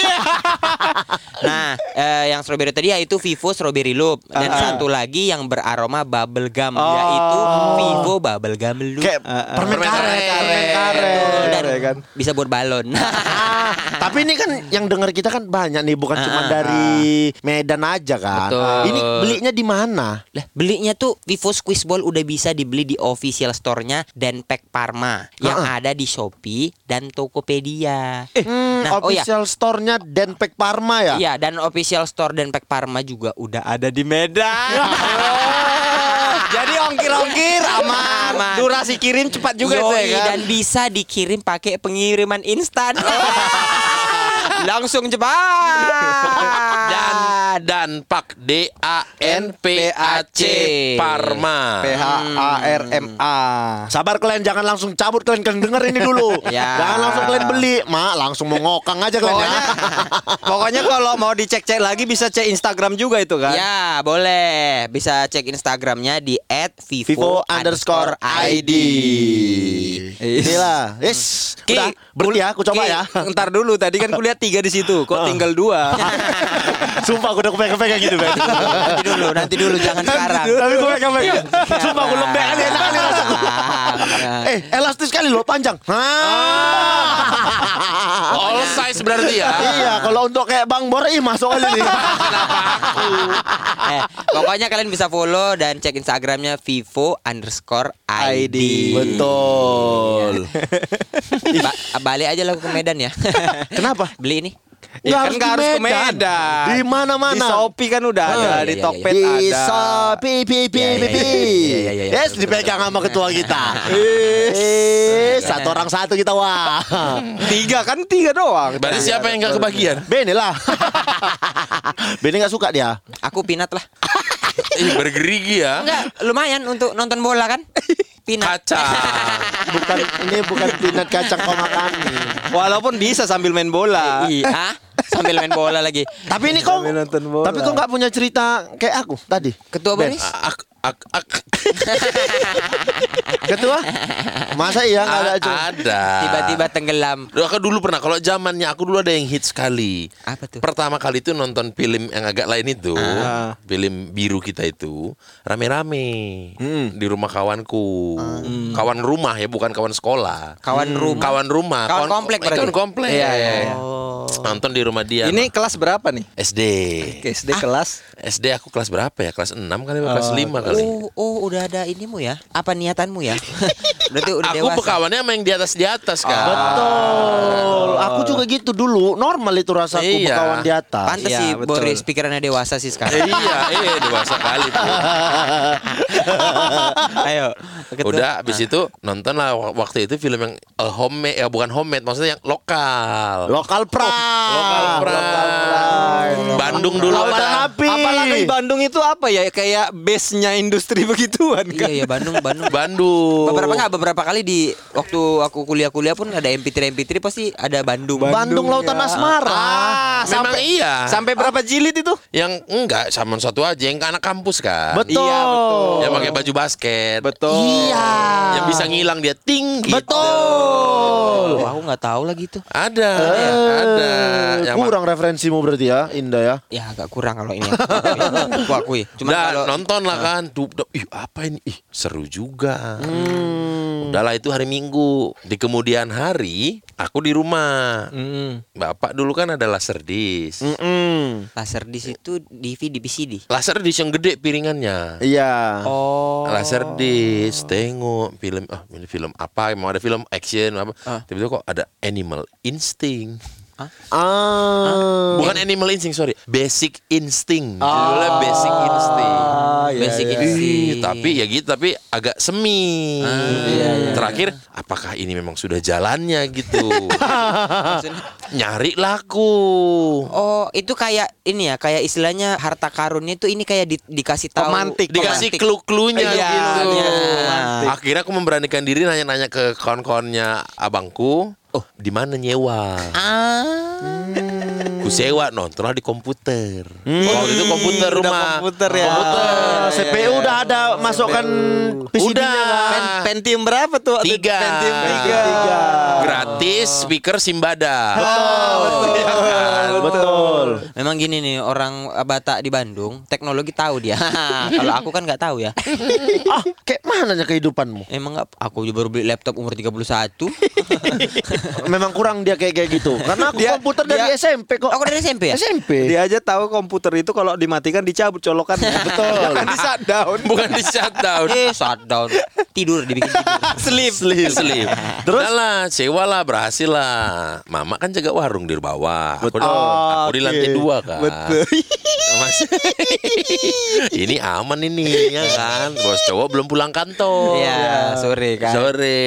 Nah, eh, yang strawberry tadi yaitu Vivo Strawberry Loop dan Ah. satu lagi yang beraroma bubble gum Oh. yaitu Vivo Bubble Gum Loop. Kayak Ah, ah. permen Permen karet. Permen karet. karet. Iya, gitu. Betul, dan ya kan? bisa buat balon. Nah, Ah, tapi ini kan yang dengar kita kan banyak nih bukan cuma dari Medan aja kan. Betul. Ini belinya di mana? lah, belinya tuh Vivo Squeeze Ball udah bisa dibeli di official store-nya dan Pack Parma yang ada di Shopee dan Tokopedia. Eh, Hmm, nah, oh iya. official store-nya Denpek Parma ya? Iya, dan official store dan Pack Parma juga udah Ada di Medan. Jadi ongkir-ongkir aman. Aman. Durasi kirim cepat juga tuh Yoi, ya kan. dan bisa dikirim pakai pengiriman instan. Langsung cepat. Dan dan pak D A N P A C Parma. P H A R M A. Sabar kalian jangan langsung cabut kalian kalian denger ini dulu. Ya. Jangan langsung kalian beli, mak langsung mau ngokang aja kalian. ya. Pokoknya, pokoknya kalau mau dicek-cek lagi bisa cek Instagram juga itu kan. Ya, boleh. Bisa cek Instagramnya di Vivo @vivo underscore ID. Inilah, yes. Ki, Udah, berarti ya, aku coba Ki, ya. Ntar dulu tadi kan kulihat tiga di situ, kok tinggal dua. Sumpah aku udah kepegang-pegang gitu, Ben. Nanti dulu, nanti dulu, jangan sekarang. Tapi gue Iya. pegang-pegang. Sumpah aku lembek kali, enak kali rasaku. Iya. Sekarang. Eh, elastis kali loh, panjang. Ah. Oh, All size berarti ya. Iya, kalau untuk kayak Bang Bor ih masuk kali nih. Eh, pokoknya kalian bisa follow dan cek Instagramnya Vivo underscore ID. Betul. Ba- balik aja lah ke Medan ya. Kenapa? Beli ini. Nggak kan nggak harus ke Medan. Di mana-mana. Di Shopee kan udah ada, iya, di iya, Tokped ada. Di Shopee, pi pi Iya, pi iya, pi. iya, iya, iya, iya, Yes, betul, dipegang sama ketua kita. Eh, satu orang satu kita wah. Tiga kan tiga doang. Iya. Berarti Iya, siapa yang nggak kebagian? Bene lah. Bene nggak suka dia. Aku pinat lah. Ih bergerigi ya. Enggak, lumayan untuk nonton bola kan? Pinat. Kacang. Bukan ini bukan pinat kacang koma kami. Walaupun bisa sambil main bola. Iya, sambil main bola lagi. Tapi ini kok Sambil nonton bola. Tapi kok nggak punya cerita kayak aku tadi. Ketua Ben. Bonis. Ak- ak- ak- Ketua? Masa iya nggak ada a- cerita? ada. Tiba-tiba tenggelam. Duh, aku dulu pernah kalau zamannya aku dulu ada yang hit sekali. Apa tuh? Ah. Pertama kali itu nonton film yang agak lain itu, film biru kita itu rame-rame Hmm. di rumah kawanku. Kawan rumah ya, bukan kawan sekolah. Hmm. Kawan rumah. Kawan rumah, Kawan komplek eh, kawan berarti? Iya, komplek. Nonton di rumah dia. Ini kelas berapa nih? SD. Oke, SD kelas. SD aku kelas berapa ya? Kelas 6 kali apa kelas 5 kali. Oh, oh, udah ada inimu ya? Apa niatanmu ya? Berarti udah aku dewasa. berkawannya sama yang di atas di atas kan. Oh. Betul. Aku juga gitu dulu. Normal itu rasaku Iya. berkawan di atas. Pantes Iya, sih betul. Boris pikirannya dewasa sih sekarang. iya, iya dewasa kali tuh. Eh, Iya. Ayo. ketua. Udah habis itu nonton lah wa- waktu itu film yang eh, homemade ya bukan homemade maksudnya yang lokal. Lokal pride. Lokal pride. Bandung dulu Lawan ada. api. Apalagi Bandung itu apa ya? Kayak base-nya industri begituan Iya, kan. iya Bandung, Bandung. Bandung. Beberapa nggak beberapa kali di waktu aku kuliah-kuliah pun ada MP3 MP3 pasti ada Bandung. Bandung Bandung Lautan ya. Asmara. Ah, memang iya. Sampai berapa jilid itu? yang enggak sama satu aja yang ke anak kampus kan. Betul. Iya, betul. Yang pakai baju basket. Iya. Yang bisa ngilang dia gitu. tinggi. Betul. Wah, aku nggak tahu gitu. lagi tuh. Ada, Eh, Ya, ada. Yang kurang referensimu berarti ya, Indah ya. Ya agak kurang kalau ini. aku akui. Cuman Udah, kalau nonton lah kan. Duh, duh, ih apa ini? Ih seru juga. Udahlah itu hari Minggu. Di kemudian hari aku di rumah. Bapak dulu kan ada laser disc. Mm. laser di situ DVD PCD. Laser disc yang gede piringannya. Iya. Oh. Laser disc tengok Oh, film ah ini film apa? Mau ada film action apa? Tiba-tiba kok ada Animal Instinct. Ah. Bukan animal instinct, sorry. Basic instinct. Judulnya basic instinct. Basic Ih, instinct. tapi ya gitu, tapi agak semi. Terakhir, apakah ini memang sudah jalannya gitu? Nyari laku. Oh, itu kayak ini ya, kayak istilahnya harta karunnya itu ini kayak di- dikasih tahu. Pemantik. Dikasih clue-cluenya Iya, gitu. iya. Akhirnya aku memberanikan diri nanya-nanya ke kawan-kawannya abangku. Oh, di mana nyewa? Ah. Ku sewa nontonlah di komputer. Waktu itu komputer Hmm. Udah rumah. komputer ya. Ah, CPU udah ada masukkan Udah. Pen- Kan Pentium berapa tuh? waktu itu? Tiga. Pentium tiga. Gratis speaker Simbada. Betul. Betul. Memang gini nih orang eh, Batak di Bandung, teknologi tahu dia. Kalau aku kan nggak tahu ya. ah, kayak mana ya kehidupanmu? Emang nggak aku baru beli laptop umur 31. Memang kurang dia kayak kayak gitu. Karena aku Dia- komputer dari dia- SMP kok. Aku dari SMP ya? SMP. Dia aja tahu komputer itu kalau dimatikan dicabut Iya. colokannya. Betul. Jangan di shutdown. Bukan di shutdown. Eh, shutdown. Tidur dibikin tidur. Sleep. Sleep. Sleep. Terus? Udah lah, sewa lah, berhasil lah. Mama kan jaga warung di bawah. Aku, di- aku di lantai Oke. dua kan. Betul. Mas, ini aman ini ya kan. Bos cowok belum pulang kantor. Iya, sore kan. Sore.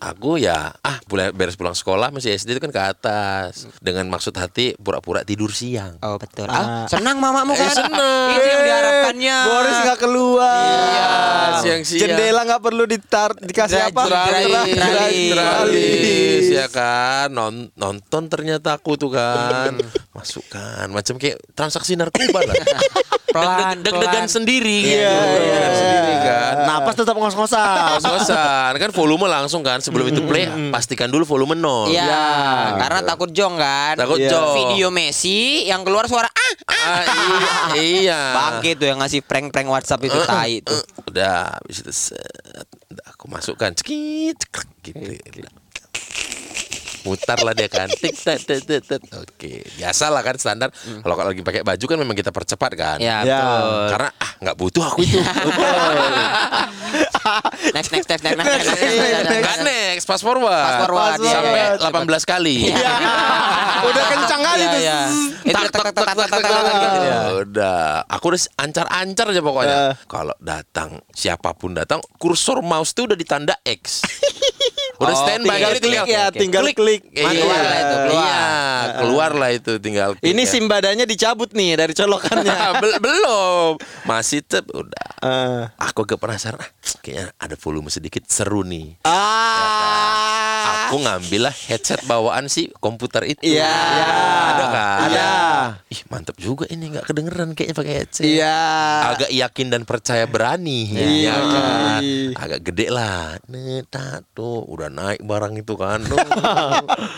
Aku ya ah pula- beres pulang sekolah masih SD itu kan ke atas dengan maksud hati pura-pura tidur siang. Oh, betul. Ah, senang mamamu kan? Eh, senang. Itu yang diharapkannya. Nah. Boris nggak keluar. Iya, siang-siang. Jendela nggak perlu ditar dikasih apa? Jerai, Tralis, jerai, jerai. tralis, ya kan Non- nonton ternyata aku tuh kan masukkan macam kayak transaksi narkoba lah Pelan, Deg- deg-degan pelan. Iya, sendiri gitu deg-degan sendiri kan Nah, Napas tetap ngos-ngosan. ngos-ngosan kan volume langsung kan sebelum itu play pastikan dulu volume nol Iya, karena takut jong kan. Ya. Takut Iya. jong. Video Messi yang keluar suara ah. Ah, iya, iya. Bangke tuh yang ngasih prank-prank WhatsApp itu tai itu. Eh, udah habis itu set, udah aku masukkan cekit cekrek, gitu Udah. mutar lah dia kan Tik, tet, tet, tet, tet. oke biasa lah kan standar kalau kalau lagi pakai baju kan memang kita percepat kan Ya, Ya. betul. karena ah nggak butuh aku itu Next next next next next. next, next, next, next, next, nggak next. Kan next fast forward, Iya. Fast forward, iya, sampai iya. 18 kali Udah kencang kali Iya, tuh. iya. Hmm. Itu tak tak tak tak tak ya. tak tak gitu. udah aku udah ancar-ancar aja pokoknya Eh. kalau datang siapapun datang kursor mouse tuh udah ditanda X udah standby Oh, tinggal Jadi tinggal klik ya, tinggal klik. Iya, Keluar lah itu, keluar. iya keluar lah itu tinggal klik Ini ya. simbadanya dicabut nih dari colokannya. Bel- belum masih tep udah Eh. aku agak penasaran ah, kayaknya ada volume sedikit seru nih Ah. aku ngambil lah headset bawaan si komputer itu Iya. ada kan Ada. ih mantep juga ini nggak kedengeran kayaknya pakai headset Iya. agak yakin dan percaya berani Iya. ya kan? agak gede lah nih tato udah naik barang itu kan Duh,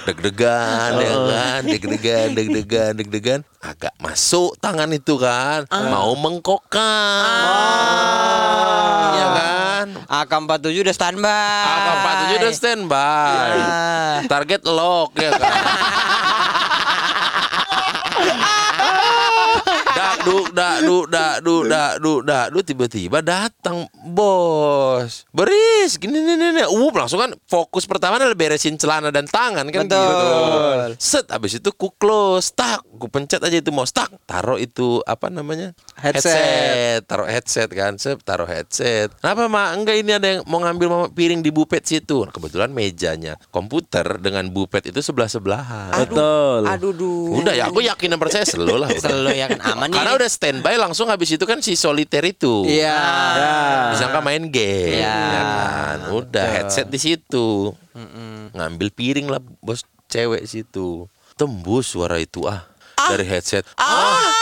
deg-degan ya kan deg-degan deg-degan deg-degan agak masuk tangan itu kan mau mengkokkan ya kan AK47 udah standby. apa pak tujuh udah standby target lock ya kan dak duk dak duk dak duk dak duk dak duk tiba-tiba datang bos beris gini nih nih nih uh langsung kan fokus pertama adalah beresin celana dan tangan kan Betul. set habis itu ku close tak ku pencet aja itu mouse tak taruh itu apa namanya Headset. taruh headset kan sep taruh headset kenapa mak enggak ini ada yang mau ngambil mama piring di bupet situ Nah, kebetulan mejanya komputer dengan bupet itu sebelah sebelahan Betul. Aduh duh. udah ya aku yakin dan percaya selo lah udah. Selalu ya kan aman nih. karena udah standby langsung habis itu kan si soliter itu Iya. disangka main game Iya. ya kan udah headset di situ ngambil piring lah bos cewek situ tembus suara itu ah, dari headset ah.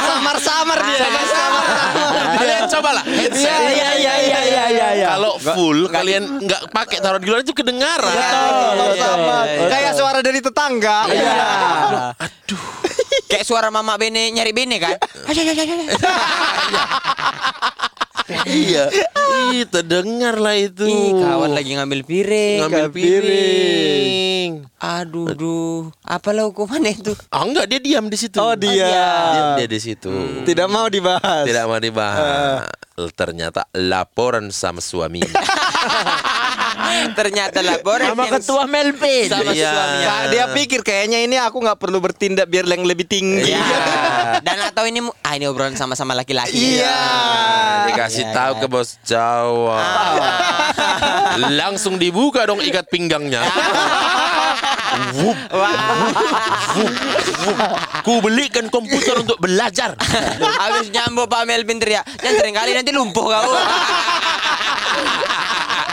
Samar-samar dia. kalian coba lah headset Iya, iya, iya, iya, iya, iya, iya. kalau full kalian nggak pakai taruh di luar itu kedengaran Betul, samar. Iya, Kayak suara dari tetangga. Iya. Kayak suara mama Bene nyari Bene kan. Eh. Ayo ayo ayo. ayo. iya Ih, terdengar lah itu Ih, kawan lagi ngambil piring. ngambil piring Aduh duh. Apalah hukumannya itu? ah enggak dia diam di situ Oh, Hmm. diam. diam dia di situ Tidak mau dibahas. Eh. tidak mau dibahas ternyata laporan sama suaminya Ternyata lah Boris Sama yang ketua Melvin. sama Iya. suaminya. Nah, dia pikir kayaknya ini aku nggak perlu bertindak biar yang lebih tinggi. Iya. Dan atau ini mu- ah ini obrolan sama-sama laki-laki. Ah, Iya. Dikasih iya, tahu ke bos Jawa. Langsung dibuka dong ikat pinggangnya. Wup, wup, wup. Ku belikan komputer untuk belajar. Habis nyambung Pak Melvin teriak, "Jangan sering kali nanti lumpuh kau."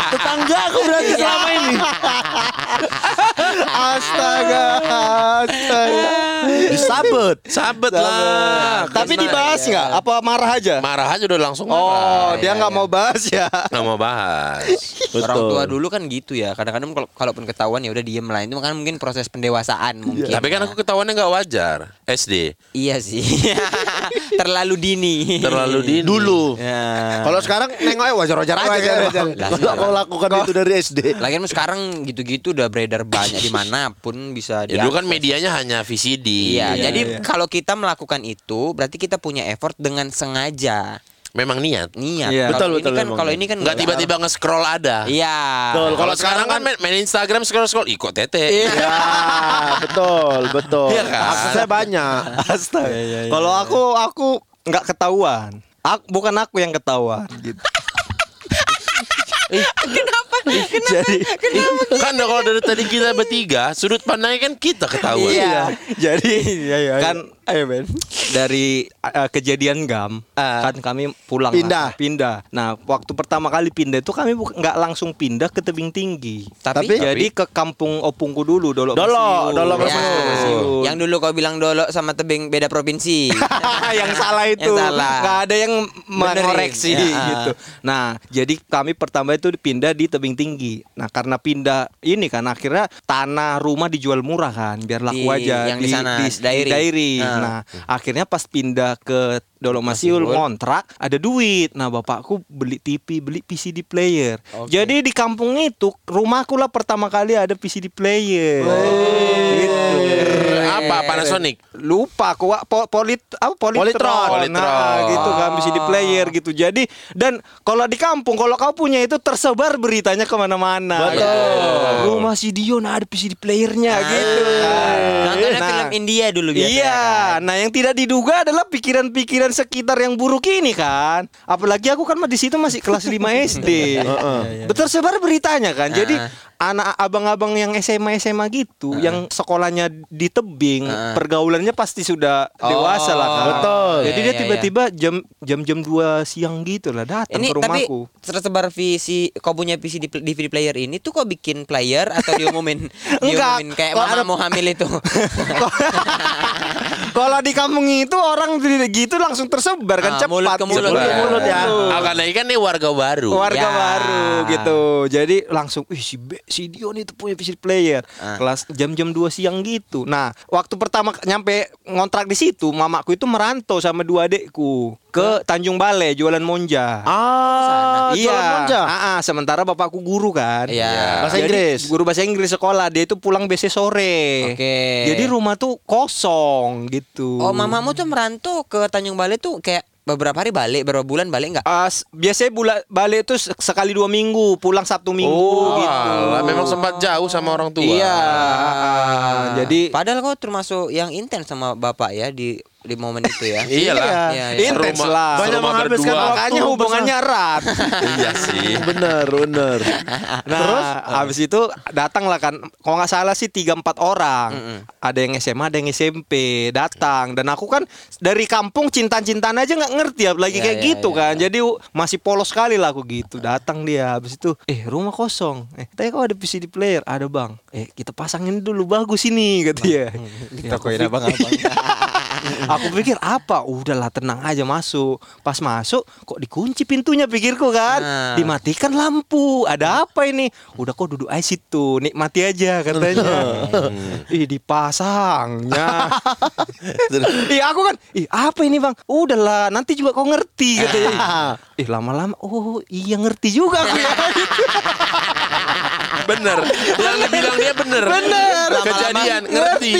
Tetangga aku berarti selama ini. Astaga, astaga. Disabet. Sabet lah. Tapi dibahas nggak? Apa marah aja? Marah aja udah langsung Oh, marah. dia nggak mau bahas ya. Nggak mau bahas. Orang tua Betul. dulu kan gitu ya. Kadang-kadang kalau kalaupun ketahuan ya udah diem lah. Itu kan mungkin proses pendewasaan mungkin. Iya. Tapi kan aku ketahuannya nggak wajar. SD. Iya sih. Terlalu dini. Terlalu dini. Dulu. Ya. Kalau sekarang nengoknya wajar-wajar aja Wajar-wajar. kan Bang. Lah, Nggak mau lakukan itu dari SD. Lagian sekarang gitu-gitu udah beredar banyak dimanapun bisa Ya, dulu diakses. kan medianya hanya VCD. Iya, Iya, jadi iya. kalau kita melakukan itu berarti kita punya effort dengan sengaja Memang niat. niat. Iya. Kalau Betul, ini betul kan memang. kalau ini kan Nggak tiba-tiba nge-scroll ada. Iya. Betul. Kalau sekarang kan main, main Instagram scroll-scroll. Ih kok tete. Ya, betul, betul. Iya kan? Aksesnya banyak. Iya, Astaga. Kalau aku aku nggak ketahuan. Aku, bukan aku yang ketahuan gitu. Jadi Kan kalau dari tadi kita bertiga, sudut pandangnya kan kita ketahuan. Iya. Jadi kan kan ayo Ben dari eh, kejadian gam kan kami pulang Pindah. lah, pindah nah waktu pertama kali pindah itu kami buk- nggak langsung pindah ke tebing tinggi tapi, Tapi- jadi ke kampung opungku dulu dolok Iya, Dolok, Mesiu. Dolok Ya. Mesiu. Mesiu. Yang dulu kau bilang dolok sama tebing beda provinsi. Ah, yang salah Yang itu salah. nggak ada yang mengoreksi Benerin, ya. gitu. Nah, jadi kami pertama itu pindah di tebing tinggi. Nah, karena pindah ini kan akhirnya tanah rumah dijual murah kan, biar laku Di- aja yang di sana, di, di Dairi. Dairi. Ah. Nah, akhirnya pas pindah ke Dolomasiul kontrak ada duit. Nah, bapakku beli TV, beli PCD player. Jadi di kampung itu rumahku lah pertama kali ada PCD player. Gitu Apa Panasonic? lupa aku Wak. Po- polit apa politron, Nah, Politron. Politron. gitu kan bisa di player gitu jadi dan kalau di kampung kalau kau punya itu tersebar beritanya kemana-mana Betul. gitu. rumah si Dion ada PC di playernya gitu kan Nontonnya Nah, Ah. film India dulu kan. biasa. Iya, nah yang tidak diduga adalah pikiran-pikiran sekitar yang buruk ini kan. Apalagi aku kan di situ masih kelas 5 SD. Iya, Betul sebar beritanya kan. Jadi Ah. anak abang-abang yang SMA SMA gitu, yang sekolahnya di tebing, Ah. pergaulannya pasti sudah dewasa lah kan. Betul. Jadi Iya, dia iya, tiba-tiba jam jam-jam 2 siang gitu lah datang Ini ke tapi rumahku. tersebar visi kau punya visi di DVD player ini tuh kau bikin player atau diumumin Enggak, diumumin kayak kok mama ada- mau hamil itu. Kalau di kampung itu orang gitu langsung tersebar kan Ah, cepat. mulut ke gitu. mulut ya. mulut ya. Ah, karena ini kan nih warga baru. warga Ya. baru gitu jadi langsung ih si Be- si Dion itu punya PC player kelas jam-jam 2 siang gitu nah waktu pertama k- nyampe ngontrak di situ mamaku itu merantau sama dua adekku ke Tanjung Balai jualan monja ah, jualan monja. Ah, ah, sementara bapakku guru kan Iya. Bahasa Jadi, Inggris. guru bahasa Inggris sekolah dia itu pulang BC sore Oke. jadi rumah tuh kosong gitu Oh, mamamu tuh merantau ke Tanjung Balai tuh kayak beberapa hari balik, berapa bulan balik enggak? Ah, s- biasanya bulan balik itu se- sekali dua minggu, pulang Sabtu Minggu Oh, gitu. alah, memang sempat jauh sama orang tua. Iya. Jadi Ah. Padahal kau termasuk yang intens sama bapak ya di di momen itu ya. Iyalah. Iya, iya. Intens Serumah- lah. serumah Banyak menghabiskan berdua. waktu. makanya hubungannya erat. Iya sih. Bener, bener. Nah, habis itu datanglah kan kalau nggak salah sih 3 4 orang. Ada yang SMA, ada yang SMP datang dan aku kan dari kampung cinta-cintaan aja nggak ngerti apalagi Iya, kayak iya, gitu iya, kan. Jadi u- masih polos sekali lah aku gitu. Datang dia habis itu eh rumah kosong. Eh, tanya kok ada PCD player? Ada, Bang. Eh, kita pasangin dulu bagus ini kata dia. Kita koin aku pikir apa udahlah tenang aja masuk pas masuk kok dikunci pintunya pikirku kan Nah. dimatikan lampu ada apa ini udah kok duduk aja situ nikmati aja katanya ih dipasangnya ih aku kan ih apa ini bang udahlah nanti juga kau ngerti katanya ih lama-lama oh iya ngerti juga aku ya Bener. Yang dibilang dia bener. Bener. Kejadian. ngerti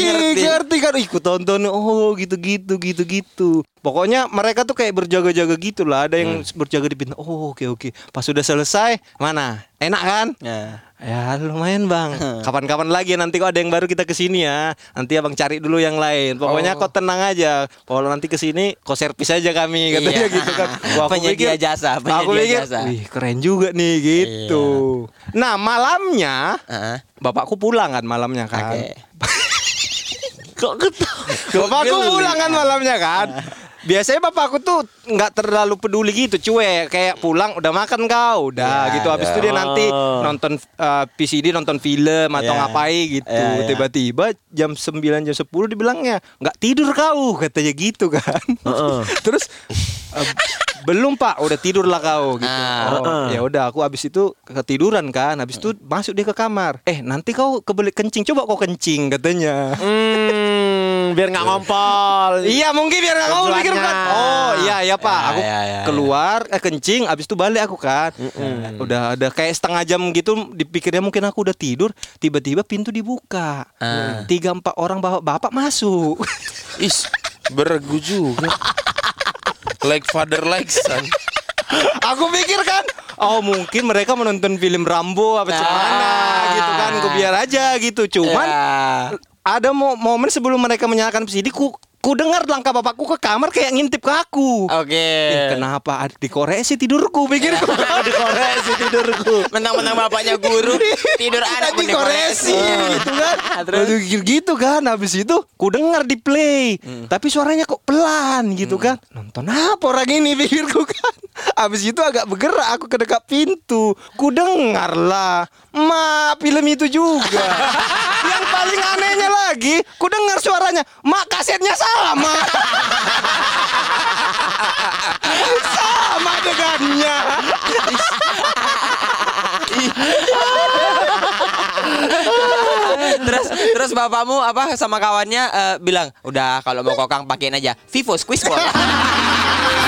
ngerti kan ikut tonton oh gitu gitu gitu gitu gitu. Pokoknya mereka tuh kayak berjaga-jaga gitu lah. Ada yang Hmm. berjaga di pintu. Oh oke oke. Pas sudah selesai mana? Enak kan? Ya. Ya lumayan bang. Kapan-kapan lagi ya, nanti kok ada yang baru kita kesini ya. Nanti abang cari dulu yang lain. Pokoknya Oh. kok tenang aja. Kalau nanti kesini kok servis aja kami katanya Iya. gitu kan. Penyedia jasa, penyedia aku mikir, jasa. Iya. Wih keren juga nih gitu. Nah malamnya Heeh. bapakku pulang kan malamnya kan. Oke. Kok ketawa? Bapakku pulang gitu. kan malamnya kan. Biasanya bapakku tuh nggak terlalu peduli gitu, cuek. Kayak pulang udah makan kau, udah Ya, gitu. Habis itu dia nanti Oh. nonton eh, PCD, nonton film atau Ya. ngapain gitu. Ya, ya. Tiba-tiba jam 9 jam 10 dibilangnya nggak tidur kau, katanya gitu kan. Terus eh, belum pak, udah tidurlah kau gitu. Ah. Oh, Ya udah aku habis itu ketiduran kan, habis itu masuk dia ke kamar. Eh nanti kau kebelik kencing, coba kau kencing katanya. Hmm, biar nggak ngompol. Iya mungkin biar nggak kamu pikir kan. Oh iya iya pak, aku iya, iya, keluar eh, kencing, abis itu balik aku kan. Udah udah kayak setengah jam gitu dipikirnya mungkin aku udah tidur, tiba-tiba pintu dibuka. Tiga empat orang bapak bapak masuk. Is, bergu juga. like father like son. aku pikir kan, oh mungkin mereka menonton film Rambo apa gimana gitu kan, aku biar aja gitu. Iya. Cuman Ya. ada mo- momen sebelum mereka menyalakan PCD, ku ku dengar langkah bapakku ke kamar kayak ngintip ke aku. Oke. Ih, kenapa ad- dikoreksi tidurku pikir Dikoreksi tidurku. Mentang-mentang bapaknya guru tidur anak Hmm. Tadi koreksi gitu kan. Terus gitu kan habis itu ku dengar di play. Hmm. Tapi suaranya kok pelan gitu kan. Nonton apa orang ini pikirku kan. Habis itu agak bergerak aku ke dekat pintu. Ku dengar lah. Ma, film itu juga. Yang paling anehnya lagi, ku dengar suaranya. Mak kasetnya sama. sama dengannya. terus terus bapakmu apa sama kawannya eh, bilang udah kalau mau kokang pakein aja Vivo Squeeze Ball.